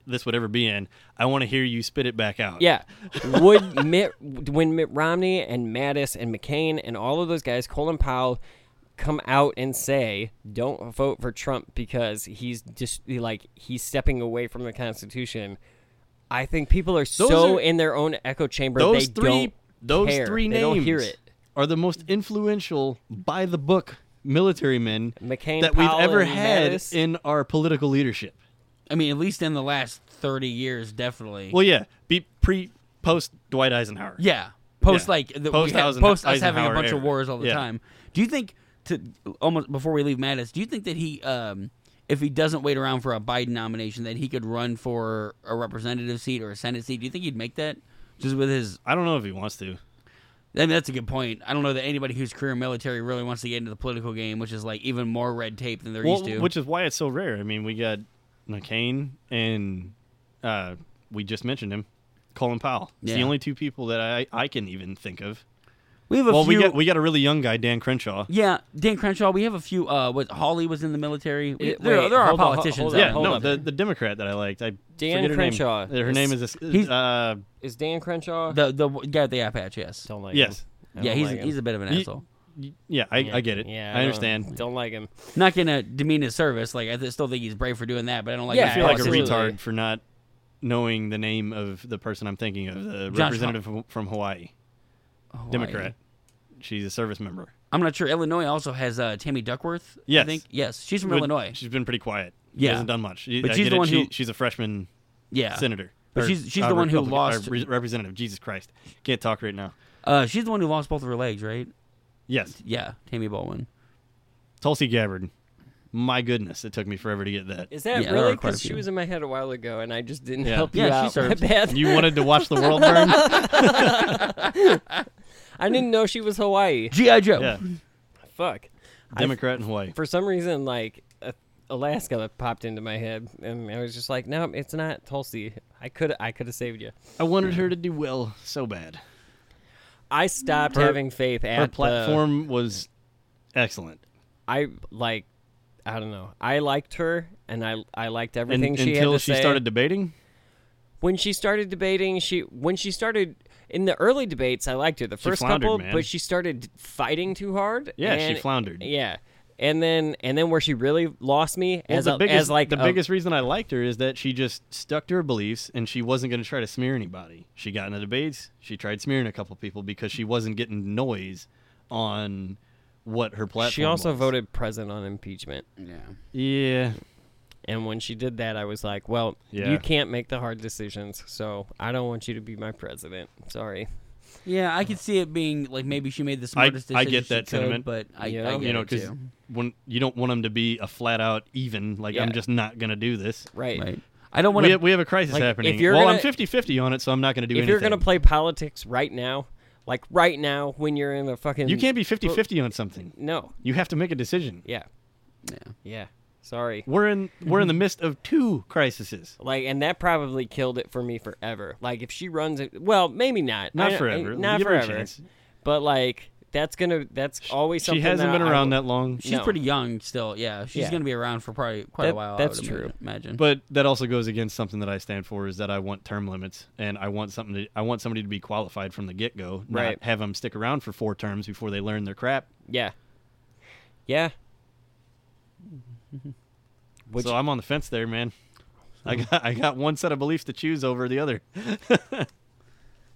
S2: this would ever be in. I want to hear you spit it back out.
S1: Yeah. Would Mitt when Mitt Romney and Mattis and McCain and all of those guys, Colin Powell, come out and say, "Don't vote for Trump because he's just like he's stepping away from the Constitution." I think people are so
S2: are-
S1: in their own echo chamber.
S2: Those
S1: they
S2: three
S1: don't
S2: those
S1: care.
S2: three
S1: They
S2: names
S1: don't hear it.
S2: are the most influential by the book military men
S1: McCain,
S2: that we've
S1: Powell,
S2: ever
S1: and
S2: had
S1: Mattis.
S2: in our political leadership.
S3: I mean, at least in the last thirty years, definitely.
S2: Well, yeah, be pre post Dwight Eisenhower.
S3: yeah. Post
S2: yeah.
S3: like the,
S2: Post
S3: we had-
S2: Eisen-
S3: post us having a
S2: Eisenhower
S3: bunch of
S2: era.
S3: wars all the
S2: Yeah.
S3: time. Do you think to almost before we leave Mattis? Do you think that he, um, if he doesn't wait around for a Biden nomination, that he could run for a representative seat or a senate seat? Do you think he'd make that? Just with his
S2: I don't know if he wants to.
S3: I mean, that's a good point. I don't know that anybody who's career military really wants to get into the political game, which is like even more red tape than they're
S2: Well,
S3: used to.
S2: which is why it's so rare. I mean, we got McCain and uh, we just mentioned him, Colin Powell. It's the
S3: Yeah.
S2: only two people that I, I can even think of.
S3: we have a
S2: well,
S3: few.
S2: we got we got a really young guy, Dan Crenshaw.
S3: yeah, Dan Crenshaw. We have a few. Uh, what Hawley was in the military. We-
S1: Yeah,
S3: there,
S1: wait,
S3: there are
S1: hold on,
S3: politicians.
S1: hold
S3: out
S1: on,
S2: Yeah,
S3: there.
S1: hold
S2: no,
S1: up.
S2: the, the Democrat that I liked. I
S1: Dan
S2: forget her
S1: Crenshaw.
S2: Name. Uh, Her name is this.
S3: He's-
S2: uh,
S1: Is Dan Crenshaw?
S3: the the w- guy with the eye patch. Yes.
S1: don't like
S2: yes.
S1: him. I
S3: Yeah,
S1: don't
S3: he's
S1: like him.
S3: he's a bit of an
S2: Ye-
S3: asshole.
S2: Yeah, I,
S1: Yeah.
S2: I get it.
S1: Yeah,
S2: I
S1: don't-
S2: understand.
S1: Don't like him.
S3: Not gonna demean his service. Like I th- still think he's brave for doing that, but I don't like.
S1: Yeah,
S3: his
S2: I feel like a
S3: politics.
S1: absolutely.
S2: retard for not knowing the name of the person I'm thinking of, the
S3: Josh
S2: representative from, from Hawaii,
S3: Hawaii.
S2: Democrat. She's a service member.
S3: I'm not sure. Illinois also has uh, Tammy Duckworth. I
S2: Yes.
S3: think yes, she's from
S2: But
S3: Illinois.
S2: She's been pretty quiet.
S3: Yeah.
S2: She hasn't done much.
S3: But
S2: I
S3: she's
S2: get
S3: the
S2: it.
S3: one
S2: She-
S3: who-
S2: she's a freshman
S3: yeah,
S2: senator.
S3: But she's- she's the one who
S2: Republican- uh,
S3: lost-
S2: re- representative. Jesus Christ. Can't talk right now.
S3: Uh, she's the one who lost both of her legs, right? *laughs*
S2: Yes.
S3: Yeah, Tammy Baldwin.
S2: Tulsi Gabbard. My goodness, it took me forever to get that.
S1: Is that
S3: Yeah, there
S1: really?
S3: are quite a
S1: Because she
S3: few.
S1: was in my head a while ago, and I just didn't
S2: Yeah.
S1: help you
S3: Yeah, she
S1: out. *laughs*
S3: serves.
S1: My bad.
S2: *laughs* You wanted to watch the world
S3: *laughs*
S2: burn?
S1: I didn't know she was Hawaii.
S3: GI Joe.
S2: Yeah.
S1: Fuck. I-
S2: Democrat in Hawaii.
S1: for some reason, like uh, Alaska that popped into my head, and I was just like, no, it's not Tulsi. I could I could have saved you.
S2: I wanted her to do well so bad.
S1: I stopped
S2: Her-
S1: having faith at
S2: Her
S1: the-
S2: platform was excellent.
S1: I like. I don't know. I liked her, and I I liked
S2: And,
S1: everything she
S2: until
S1: had to
S2: she
S1: say.
S2: started debating,
S1: when she started debating, she when she started in the early debates, I liked her the first
S2: floundered,
S1: couple,
S2: man.
S1: but she started fighting too hard.
S2: Yeah, she
S1: and-
S2: floundered.
S1: Yeah, and then and then where she really lost me
S2: Well,
S1: as
S2: the
S1: a,
S2: biggest,
S1: as like
S2: the
S1: a-
S2: biggest reason I liked her is that she just stuck to her beliefs and she wasn't going to try to smear anybody. She got into debates. She tried smearing a couple people because she wasn't getting noise on what her platform.
S1: She also
S2: was.
S1: voted present on impeachment,
S3: Yeah.
S2: Yeah,
S1: and when she did that, I was like, "Well,
S2: Yeah.
S1: you can't make the hard decisions, so I don't want you to be my president." Sorry.
S3: Yeah, I could see it being like maybe she made
S2: I
S3: the smartest decision.
S2: get
S3: she
S2: that
S3: could,
S2: sentiment.
S3: but I,
S1: Yeah.
S3: I get
S2: you know,
S3: it
S2: because
S3: too.
S2: when you don't want them to be a flat out even. Like
S1: Yeah.
S2: I'm just not going to do this.
S1: Right.
S3: Right. I don't want
S2: We
S3: to.
S2: have, we have a crisis
S1: like, if
S2: happening.
S1: you're
S2: Well,
S1: gonna-
S2: I'm 50-50 on it, so I'm not going to do
S1: if
S2: anything.
S1: you're gonna play politics right now, like right now when you're in a fucking
S2: you can't be 50-50 on something.
S1: No.
S2: You have to make a decision.
S1: Yeah.
S3: Yeah.
S1: Yeah. Sorry.
S2: We're in we're in the midst of two crises.
S1: Like, and that probably killed it for me forever. Like, if she runs it, well, maybe not.
S2: Not
S1: I- I-
S2: forever.
S1: not
S2: Give her a
S1: forever.
S2: chance.
S1: But like, that's gonna. That's always something.
S2: She hasn't
S1: that
S2: been
S1: I
S2: around
S1: will-
S2: that long.
S3: She's
S1: No.
S3: pretty young still. Yeah, she's
S1: Yeah.
S3: gonna be around for probably quite a
S1: That-
S3: while.
S1: that's
S3: I would ima-
S1: true.
S3: Imagine.
S2: But that also goes against something that I stand for is that I want term limits and I want something to, I want somebody to be qualified from the get go, not
S1: Right.
S2: have them stick around for four terms before they learn their crap.
S1: Yeah. Yeah. Which Hmm.
S2: so I'm on the fence there, man. I got I got one set of beliefs to choose over the other.
S3: it's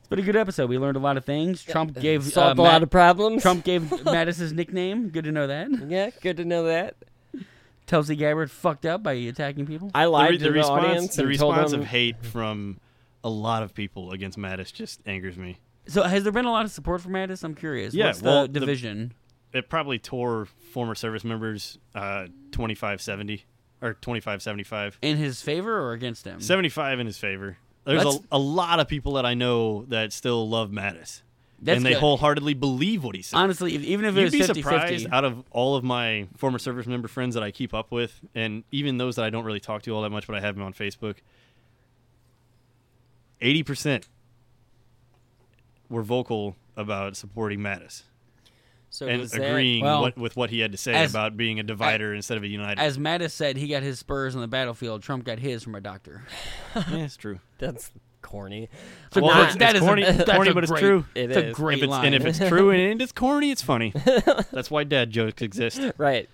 S3: been a good episode. We learned a lot of things. Trump gave uh,
S1: solved a lot
S3: Matt-
S1: of problems.
S3: Trump gave Mattis his nickname. Good to know that.
S1: *laughs* Yeah, good to know that.
S3: Tulsi Gabbard fucked up by attacking people.
S1: I *laughs*
S2: The,
S1: lied
S2: re-
S1: to
S2: the
S1: the
S2: response
S1: audience
S2: the
S1: and told
S2: response
S1: them-
S2: of hate from a lot of people against Mattis just angers me.
S3: So has there been a lot of support for Mattis? I'm curious.
S2: Yeah,
S3: What's the
S2: well, the-
S3: division?
S2: It probably tore former service members uh, 2570 or 2575.
S3: in his favor or against him?
S2: 75 in his favor. There's a,
S3: That's-
S2: a lot of people that I know that still love Mattis.
S3: That's
S2: and they
S3: good.
S2: wholeheartedly believe what he said.
S3: Honestly, if, even if it
S2: You'd
S3: was
S2: be
S3: 50
S2: surprised
S3: 50.
S2: out of all of my former service member friends that I keep up with, and even those that I don't really talk to all that much, but I have them on Facebook. 80% were vocal about supporting Mattis
S1: *laughs* so
S2: and
S1: was that-
S2: agreeing
S3: Well,
S2: what, with what he had to say
S3: as-
S2: about being a divider instead of a uniter.
S3: As Mattis said, he got his spurs on the battlefield. Trump got his from a doctor.
S2: *laughs* yeah, it's true.
S1: that's corny.
S3: So
S1: Well, it's-
S3: that- that
S2: it's
S3: is a-
S2: corny-
S3: *laughs* that's
S2: corny,
S3: a
S2: but it's
S3: great-
S2: true.
S1: It
S3: it's a
S1: is.
S3: great
S2: if it's,
S3: line.
S2: And if it's
S1: *laughs*
S2: true and it's corny, it's funny. That's why dad jokes exist.
S1: Right.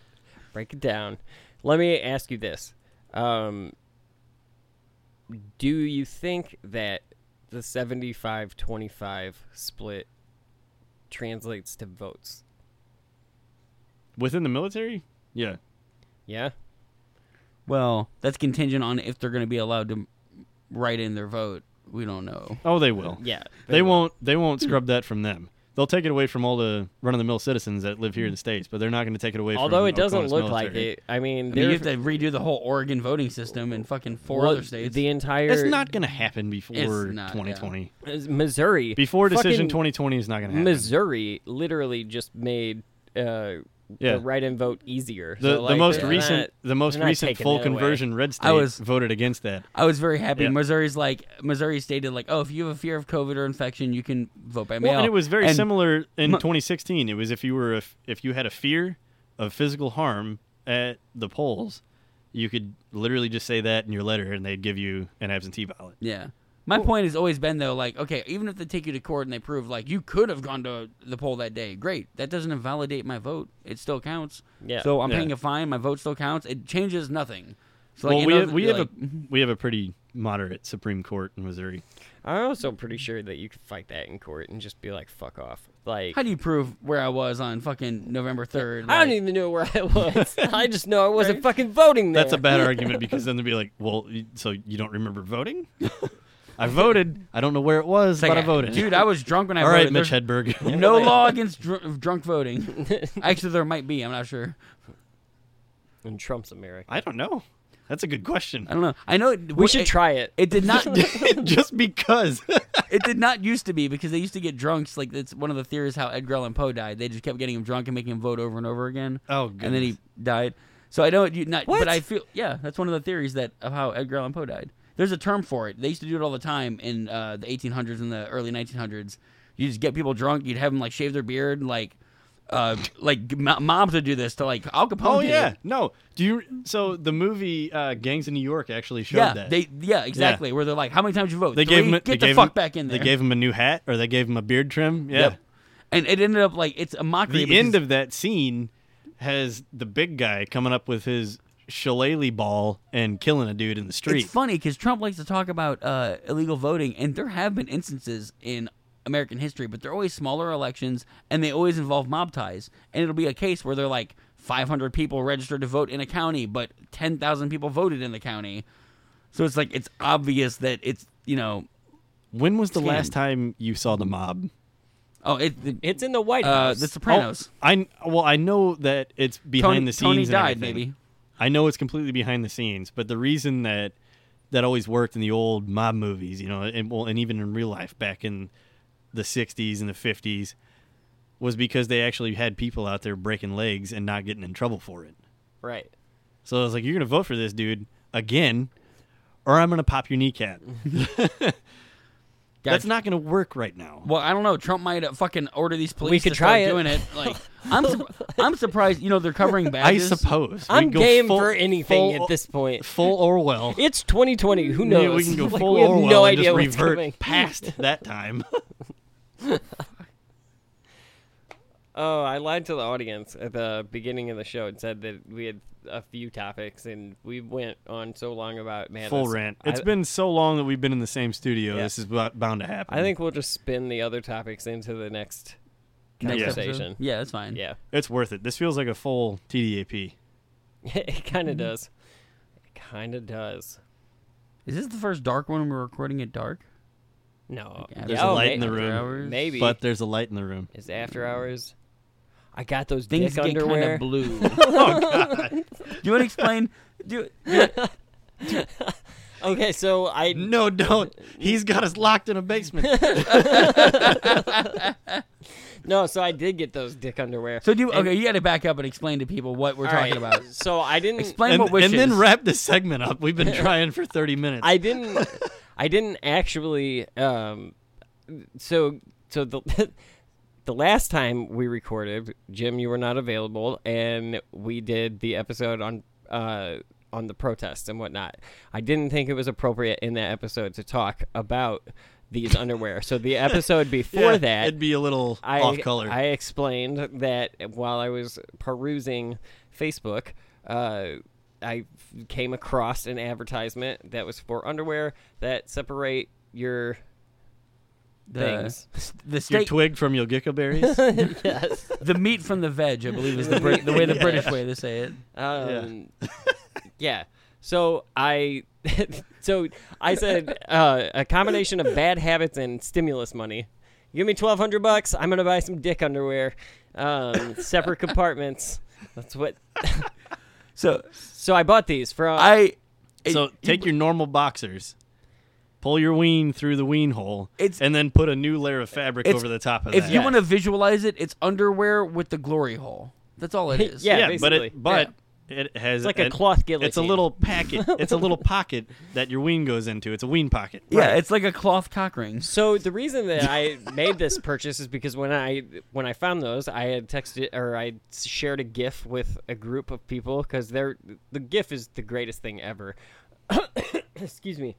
S1: Break it down. Let me ask you this. Um, do you think that the 75 25 split translates to votes?
S2: Within the military? Yeah.
S1: Yeah?
S3: well, that's contingent on if they're going to be allowed to write in their vote. We don't know.
S2: Oh, they will.
S1: Yeah.
S2: They won't they won't scrub that from them. They'll take it away from all the run of the mill citizens that live here in the States, but they're not going to take it away from
S1: Although it doesn't
S2: Oklahoma's
S1: look
S2: military.
S1: like it. I mean,
S3: I mean, you
S1: there's
S3: have to redo the whole Oregon voting system and fucking four
S1: what-
S3: other states.
S1: The entire.
S2: It's not going to happen before
S3: It's not,
S2: 2020.
S1: Missouri.
S2: Before
S1: fucking
S2: decision 2020 is not going to happen.
S1: Missouri literally just made. Uh,
S2: Yeah.
S1: The write and vote easier.
S2: the,
S1: So,
S2: the
S1: like,
S2: most
S1: they're
S2: recent
S1: not-
S2: the most
S1: they're not
S2: recent
S1: taking
S2: full
S1: that away.
S2: conversion red state
S3: I was-
S2: voted against that.
S3: I was very happy.
S2: Yeah.
S3: Missouri's like Missouri stated like, oh, if you have a fear of COVID or infection, you can vote by mail.
S2: Well, and it was very
S3: And-
S2: similar in
S3: mu-
S2: 2016. It was if you were if, if you had a fear of physical harm at the polls, you could literally just say that in your letter, and they'd give you an absentee ballot.
S3: Yeah. My point has always been though, like, okay, even if they take you to court and they prove like you could have gone to the poll that day, great. That doesn't invalidate my vote. It still counts.
S1: Yeah.
S3: So I'm
S2: Yeah.
S3: paying a fine. My vote still counts. It changes nothing. So
S2: well,
S3: like,
S2: we
S3: it
S2: have,
S3: doesn't-
S2: we have
S3: like- mm-hmm.
S2: a we have a pretty moderate Supreme Court in Missouri.
S1: I'm also pretty sure that you could fight that in court and just be like, "Fuck off!" Like,
S3: How do you prove where I was on fucking November third?
S1: I don't even know where I
S2: *laughs*
S1: was. I just know I wasn't fucking voting there.
S2: That's a bad argument because then they'd be like, "Well, y- so you don't remember voting? *laughs* I voted. I don't know where it was, but I voted."
S3: Dude, I was drunk when I
S2: All
S3: voted.
S2: right, Mitch
S3: There's
S2: Hedberg. *laughs*
S3: no law against dr- drunk voting. *laughs* Actually, there might be. I'm not sure.
S1: in Trump's America.
S2: I don't know. That's a good question.
S3: I don't know. I know. It,
S1: We should
S3: it-
S1: try it.
S3: It did not.
S2: *laughs* just because.
S3: *laughs* it did not used to be because they used to get drunks. Like that's one of the theories how Edgar Allan Poe died. They just kept getting him drunk and making him vote over and over again.
S2: oh,
S3: and then he died. So I don't. You not.
S1: What?
S3: But I feel. Yeah, that's one of the theories that of how Edgar Allan Poe died. There's a term for it. They used to do it all the time in uh, the 1800s and the early 1900s. You just get people drunk. You'd have them like shave their beard, and, like, uh, like mo- mobs would do this to like Al Capone.
S2: Oh
S3: did
S2: yeah,
S3: it.
S2: no. Do you? So the movie uh, Gangs in New York actually showed
S3: yeah.
S2: that.
S3: They yeah exactly. Where they're like, how many times you vote?
S2: They
S3: Three?
S2: gave him a-
S3: get
S2: they
S3: the
S2: gave
S3: fuck
S2: him-
S3: back in there.
S2: They gave him a new hat, or they gave him a beard trim. Yeah.
S3: Yep. And it ended up like it's a mockery.
S2: The
S3: because-
S2: end of that scene has the big guy coming up with his shillelagh ball and killing a dude in the street.
S3: It's funny because Trump likes to talk about uh, illegal voting, and there have been instances in American history, but they're always smaller elections, and they always involve mob ties. And it'll be a case where they're like 500 people registered to vote in a county, but 10,000 people voted in the county. So it's like it's obvious that it's you know
S2: when was the
S3: Scam.
S2: last time you saw the mob?
S3: oh it,
S1: It's in the White
S3: uh,
S1: House.
S3: the Sopranos
S2: Oh, I well, I know that it's behind
S3: Tony,
S2: the scenes.
S3: Tony
S2: and
S3: died
S2: everything.
S3: maybe
S2: I know it's completely behind the scenes, but the reason that that always worked in the old mob movies, you know, and well, and even in real life back in the '60s and the '50s, was because they actually had people out there breaking legs and not getting in trouble for it.
S1: right.
S2: So I was like, "You're gonna vote for this dude again, or I'm gonna pop your kneecap." *laughs* That's
S3: Gotcha.
S2: not gonna work right now.
S3: Well, I don't know. Trump might uh, fucking order these police.
S1: We could
S3: to start
S1: try it.
S3: doing it. Like
S1: *laughs*
S3: I'm, sur- I'm surprised. You know they're covering
S2: I
S3: badges.
S2: suppose
S1: I'm
S2: We can go
S1: game
S2: full-
S1: for anything
S2: full-
S1: at this *laughs*
S2: *laughs*
S1: point.
S2: Full Orwell.
S1: It's 2020. Who knows?
S2: Yeah, we can go
S1: *laughs* Like,
S2: full
S1: we have
S2: Orwell
S1: no
S2: and
S1: idea
S2: just
S1: what's
S2: revert
S1: coming. *laughs*
S2: past that time. *laughs*
S1: Oh, I lied to the audience at the beginning of the show and said that we had a few topics, and we went on so long about madness.
S2: Full rant. It's
S1: I,
S2: been so long that we've been in the same studio.
S1: Yeah.
S2: This is bo- bound to happen.
S1: I think we'll just spin the other topics into the next
S3: Next
S2: Yeah.
S3: episode.
S1: conversation.
S3: Yeah, that's fine.
S1: Yeah, *laughs*
S2: it's worth it. This feels like a full TDAP.
S1: it kind
S3: Mm-hmm.
S1: of does. It kind of does.
S3: Is this the first dark one we're recording at dark?
S1: No,
S3: Yeah,
S2: There's
S1: Yeah,
S2: a
S1: oh,
S2: light
S1: may-
S2: in the
S3: after
S2: room,
S3: hours.
S1: Maybe
S2: but there's a light in the room.
S1: is after hours. I got those dick
S3: Things get kind
S1: underwear.
S3: of blue. *laughs* oh God! Do you want to explain? Do
S1: okay, so I
S2: No, don't. He's got us locked in
S1: *laughs*
S2: a basement.
S1: no, so I did get those dick underwear.
S3: so do
S1: And-
S3: okay. You got to back up and explain to people what we're
S1: All
S3: talking
S1: right, *laughs*
S3: about.
S1: So I didn't
S3: Explain
S2: and,
S3: what wishes.
S2: and then wrap this segment up.
S1: *laughs*
S2: We've been trying for 30 minutes.
S1: I didn't. *laughs* I didn't actually. Um, so so the *laughs* the last time we recorded, Jim, you were not available, and we did the episode on uh, on the protests and whatnot. I didn't think it was appropriate in that episode to talk about these underwear. So the episode before
S2: *laughs* Yeah,
S1: that,
S2: it'd be a little
S1: I,
S2: off color.
S1: I explained that while I was perusing Facebook, uh, I f- came across an advertisement that was for underwear that separate your
S3: the,
S1: things.
S3: the
S2: Your
S3: steak,
S2: twig from your
S1: *laughs*
S2: gecko berries.
S1: yes.
S3: the meat from the veg, I believe, is the Brit- the way the
S2: Yeah.
S3: British way to say it.
S1: Um, *laughs* yeah. So I, *laughs* so I said uh, a combination of bad habits and stimulus money. Give me twelve hundred bucks. I'm gonna buy some dick underwear, um, separate compartments. That's what.
S3: So
S1: So I bought these from.
S3: I.
S2: so take your normal boxers, pull your ween through the ween hole,
S3: It's-
S2: and then put a new layer of fabric
S3: It's-
S2: over the top of
S3: If
S2: that.
S3: you want to visualize it, it's underwear with the glory hole. That's all it is.
S1: Yeah,
S2: but
S1: basically.
S2: it but it has
S1: It's like a
S2: an-
S1: cloth guillotine.
S2: It's a little
S1: *laughs*
S2: packet. it's a little pocket that your ween goes into. It's a ween pocket.
S3: Yeah, it's like a cloth cock ring.
S1: So the reason that I made this purchase is because when I when I found those, I had texted or I shared a GIF with a group of people because they're the GIF is the greatest thing ever. *coughs* Excuse me.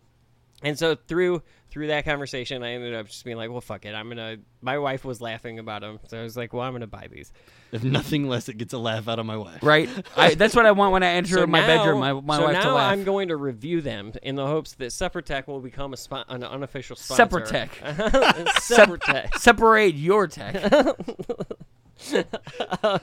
S1: And so through through that conversation, I ended up just being like, "Well, fuck it, I'm gonna." My wife was laughing about them, so I was like, "Well, I'm gonna buy these."
S2: If nothing less, it gets a laugh out of my wife.
S3: Right? I, that's what I want when I enter
S1: So
S3: my
S1: now-
S3: bedroom. My, my
S1: so
S3: wife
S1: now
S3: to laugh.
S1: I'm going to review them in the hopes that Separatech will become a spon- an unofficial sponsor. *laughs*
S3: Separatech.
S1: Separatech.
S3: Separate your tech.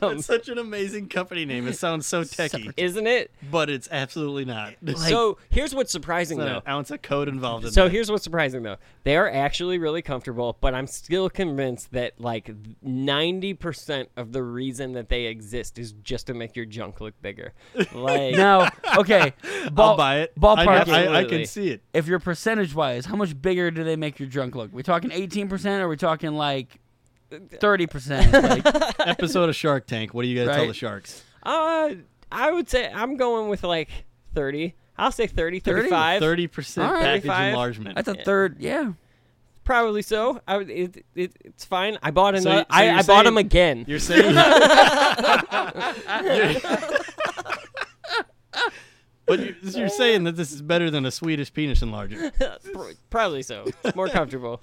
S2: That's such an amazing company name. It sounds so techy,
S1: Isn't it?
S2: but it's absolutely not. There's
S1: so here's what's surprising
S2: not
S1: though.
S2: an ounce of code involved in
S1: So
S2: that.
S1: here's what's surprising though. They are actually really comfortable, but I'm still convinced that like 90% of the reason that they exist is just to make your junk look bigger. Like
S3: now, okay. Ball,
S2: I'll buy it.
S3: Ballpark.
S2: I, I, I
S1: Absolutely.
S2: can see
S1: *laughs*
S2: it.
S3: if you're percentage wise, how much bigger do they make your drunk look? We talking 18% or we talking like 30%? Like,
S2: Episode of Shark Tank. What do you got to tell
S3: Right.
S2: the sharks?
S1: uh I would say I'm going with like 30. I'll say 30, 35.
S2: Thirty percent
S3: All right.
S2: package
S1: 35.
S2: enlargement.
S3: that's a third. Yeah.
S1: Probably so. I would, it, it, it's fine. I bought
S2: So-
S1: another
S2: so
S1: I,
S2: you're
S1: I bought
S2: saying-
S1: them again.
S2: You're
S3: *laughs*
S2: saying. *laughs* but you're, *laughs* you're saying that this is better than a Swedish penis enlarger. *laughs*
S1: Probably so. It's more comfortable.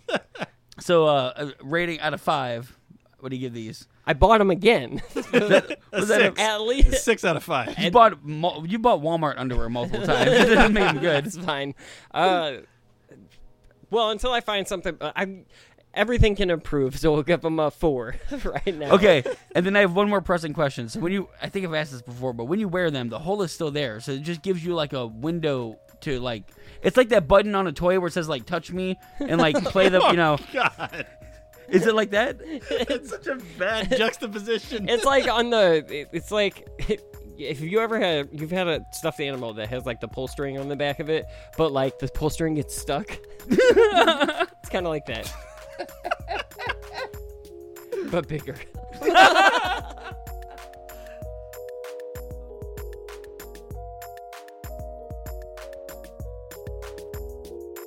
S3: So, uh, a rating out uh, of five What do you give these?
S1: I bought them
S2: *laughs*
S1: again.
S2: A
S3: *laughs* Was that a-
S2: six.
S1: At
S2: A
S1: least
S2: six out of five.
S3: You bought mul- you bought Walmart
S2: *laughs*
S3: underwear multiple times. it doesn't make them good.
S1: that's fine. Uh, well, until I find something, uh, I everything can improve, so we'll give them a four *laughs* right now.
S3: Okay, and then I have one more pressing question. So when you, I think I've asked this before, but when you wear them, the hole is still there, so it just gives you like a window to like. It's like that button on a toy where it says like "touch me" and like play the, you know.
S2: Oh, God,
S3: Is it like that?
S2: it's such a
S3: *laughs*
S2: bad juxtaposition.
S1: it's like on the it- it's like if you ever had you've had a stuffed animal that has like the pull string on the back of it but like the pull string gets stuck it's kind of like that but bigger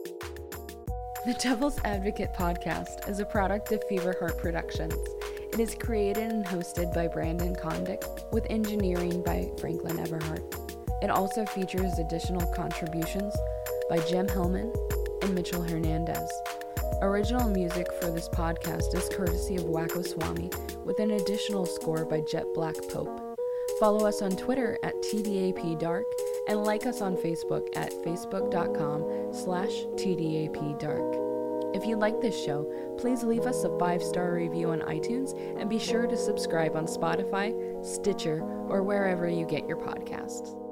S4: The Devil's Advocate podcast is a product of Fever Heart Productions. It is created and hosted by Brandon Condick with engineering by Franklin Everhart. It also features additional contributions by Jim Hellman and Mitchell Hernandez. Original music for this podcast is courtesy of Wacko Swami with an additional score by Jet Black Pope. Follow us on Twitter at TDAP Dark and like us on Facebook at facebook.com slash TDAP Dark. If you like this show, please leave us a five star review on iTunes and be sure to subscribe on Spotify, Stitcher, or wherever you get your podcasts.